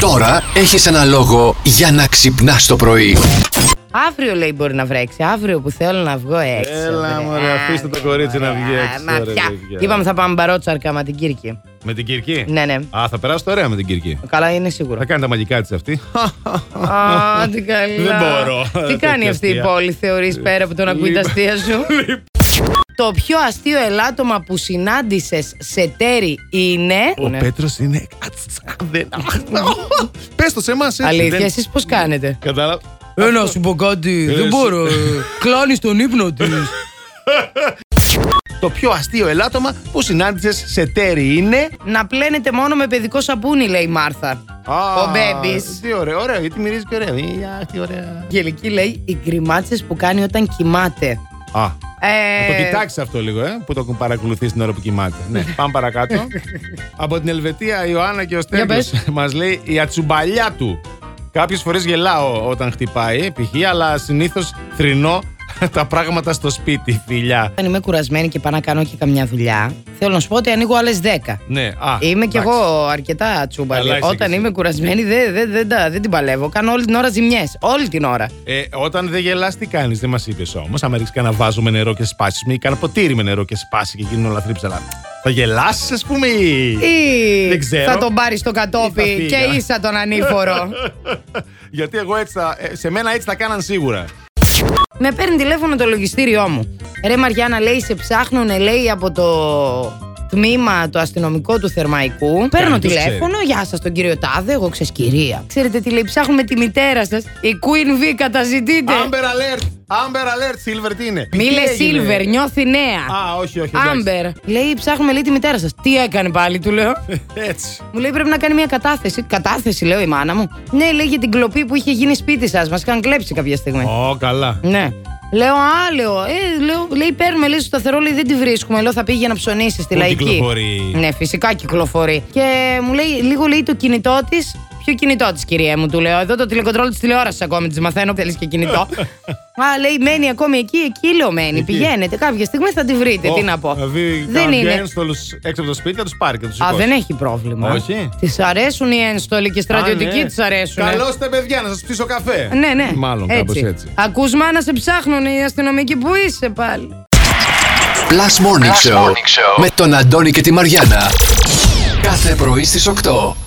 Τώρα έχεις ένα λόγο για να ξυπνάς το πρωί. Αύριο λέει μπορεί να βρέξει. Αύριο που θέλω να βγω έξω. Έλα, βρε. μωρέ, Α, αφήστε το κορίτσι να βγει ωραία. έξω, Μα ρε, πια. παιδιά. Είπαμε θα πάμε μπαρότσαρκα με την Κύρκη. Με την Κυρκή. Ναι, ναι. Α, θα περάσετε ωραία με την Κυρκή. Καλά είναι σίγουρο. Θα κάνει τα μαγικά της αυτή. Α, τι καλά. Δεν μπορώ. Τι κάνει Τέτοια αυτή η αστεία. πόλη, θεωρείς πέρα από το να ακούει τα Λοιπόν. αστεία σου. Το πιο αστείο ελάττωμα που συνάντησες σε τέρι είναι. Ο Ναι. Πέτρος είναι. Δεν. Πες το σε εμάς, έτσι. Αλήθεια, δεν- εσείς πώς κάνετε. Κατάλαβα. Ε, να σου πω κάτι. Ε, Δεν εσύ. μπορώ. Κλάνει τον ύπνο της. Το πιο αστείο ελάττωμα που συνάντησες σε τέρι είναι. Να πλένετε μόνο με παιδικό σαπούνι, λέει η Μάρθα. Α, Ο Μπέμπης. Τι ωραίο, ωραίο, γιατί μυρίζει και ωραία. Ή, Αχ, τι ωραία. Γελική λέει οι γκριμάτσες που κάνει όταν κοιμάται. Α, Ε, το κοιτάξεις αυτό λίγο, ε, που το παρακολουθείς την ώρα που κοιμάται. ναι, πάμε παρακάτω. Από την Ελβετία, η Ιωάννα και ο Στέλιος πες. μας λέει η ατσουμπαλιά του. Κάποιες φορές γελάω όταν χτυπάει, π.χ., αλλά συνήθως θρυνώ τα πράγματα στο σπίτι, φιλιά. Όταν είμαι κουρασμένη και πάω να κάνω και καμιά δουλειά, θέλω να σου πω ότι ανοίγω άλλες 10. Ναι, α. Είμαι κι εντάξει. εγώ αρκετά τσούμπαλη. Καλά είσαι κι Όταν εσύ. είμαι κουρασμένη, δεν δεν- δεν τα- δεν την παλεύω. Κάνω όλη την ώρα ζημιές. Όλη την ώρα. Ε, όταν δεν γελάς, τι κάνεις, δεν μας είπες όμως. Αν ρίξεις κανένα βάζο με νερό και σπάσεις, ή κανένα ποτήρι με νερό και σπάσει και γίνουν όλα θρύψαλα. Θα γελάσει, ας πούμε, ή. Ε- Ή Δεν ξέρω. θα τον πάρεις στο Ή θα κατόπι φύγα. και ίσα τον ανήφορο. Γιατί εγώ έτσι θα. ε, Σε μένα έτσι θα κάναν σίγουρα. Με παίρνει τηλέφωνο το λογιστήριό μου. Ρε Μαριάννα, λέει, σε ψάχνουνε, λέει, από το τμήμα το αστυνομικό του Θερμαϊκού. Παίρνω τους τηλέφωνο, γεια σας τον κύριο Τάδε, εγώ ξέρεις κυρία. Ξέρετε τι λέει, ψάχνουμε τη μητέρα σας. Η Queen V καταζητείτε. Amber alert! Amber alert, Silver τι είναι. Μίλε Τι έγινε? Silver, νιώθει νέα. Α, όχι, όχι. εντάξει. Άμπερ. Λέει, ψάχνουμε λέει τη μητέρα σας. Τι έκανε πάλι, του λέω. Έτσι. Μου λέει πρέπει να κάνει μια κατάθεση. Κατάθεση, λέω η μάνα μου. Ναι, λέει για την κλοπή που είχε γίνει σπίτι σας. Μας είχαν κλέψει κάποια στιγμή. Ω, καλά. Ναι. Λέω, α, λέω, ε, λέω, λέει, παίρνουμε, λέει, στο σταθερό, λέει, δεν τη βρίσκουμε. Λέω, θα πήγε για να ψωνίσει στη Πού λαϊκή. κυκλοφορεί? Ναι, φυσικά κυκλοφορεί. Και μου λέει, λίγο, λέει, το κινητό της. Ποιο κινητό της, κυρία μου, του λέω. Εδώ το τηλεκοντρόλ της τηλεόρασης ακόμη της μαθαίνω, θέλεις και κινητό. α, λέει, μένει ακόμη εκεί, εκεί λέω μένει. Εκεί. Πηγαίνετε, κάποια στιγμή θα τη βρείτε, Ναι, τι να πω. Δηλαδή, δεν είναι. έξω από το σπίτι, θα τους πάρει και τους Α, δεν έχει πρόβλημα. Όχι. Της αρέσουν οι ένστολοι και οι στρατιωτικοί τη αρέσουν. Καλώς τα ναι. παιδιά, να σας ψήσω καφέ. Ναι, ναι. Μάλλον κάπως έτσι. Ακούς μάνα σε ψάχνουν οι αστυνομικοί που είσαι πάλι. Plus Morning, Show, με τον Αντώνη και τη Μαριάνα. Κάθε πρωί στις 8.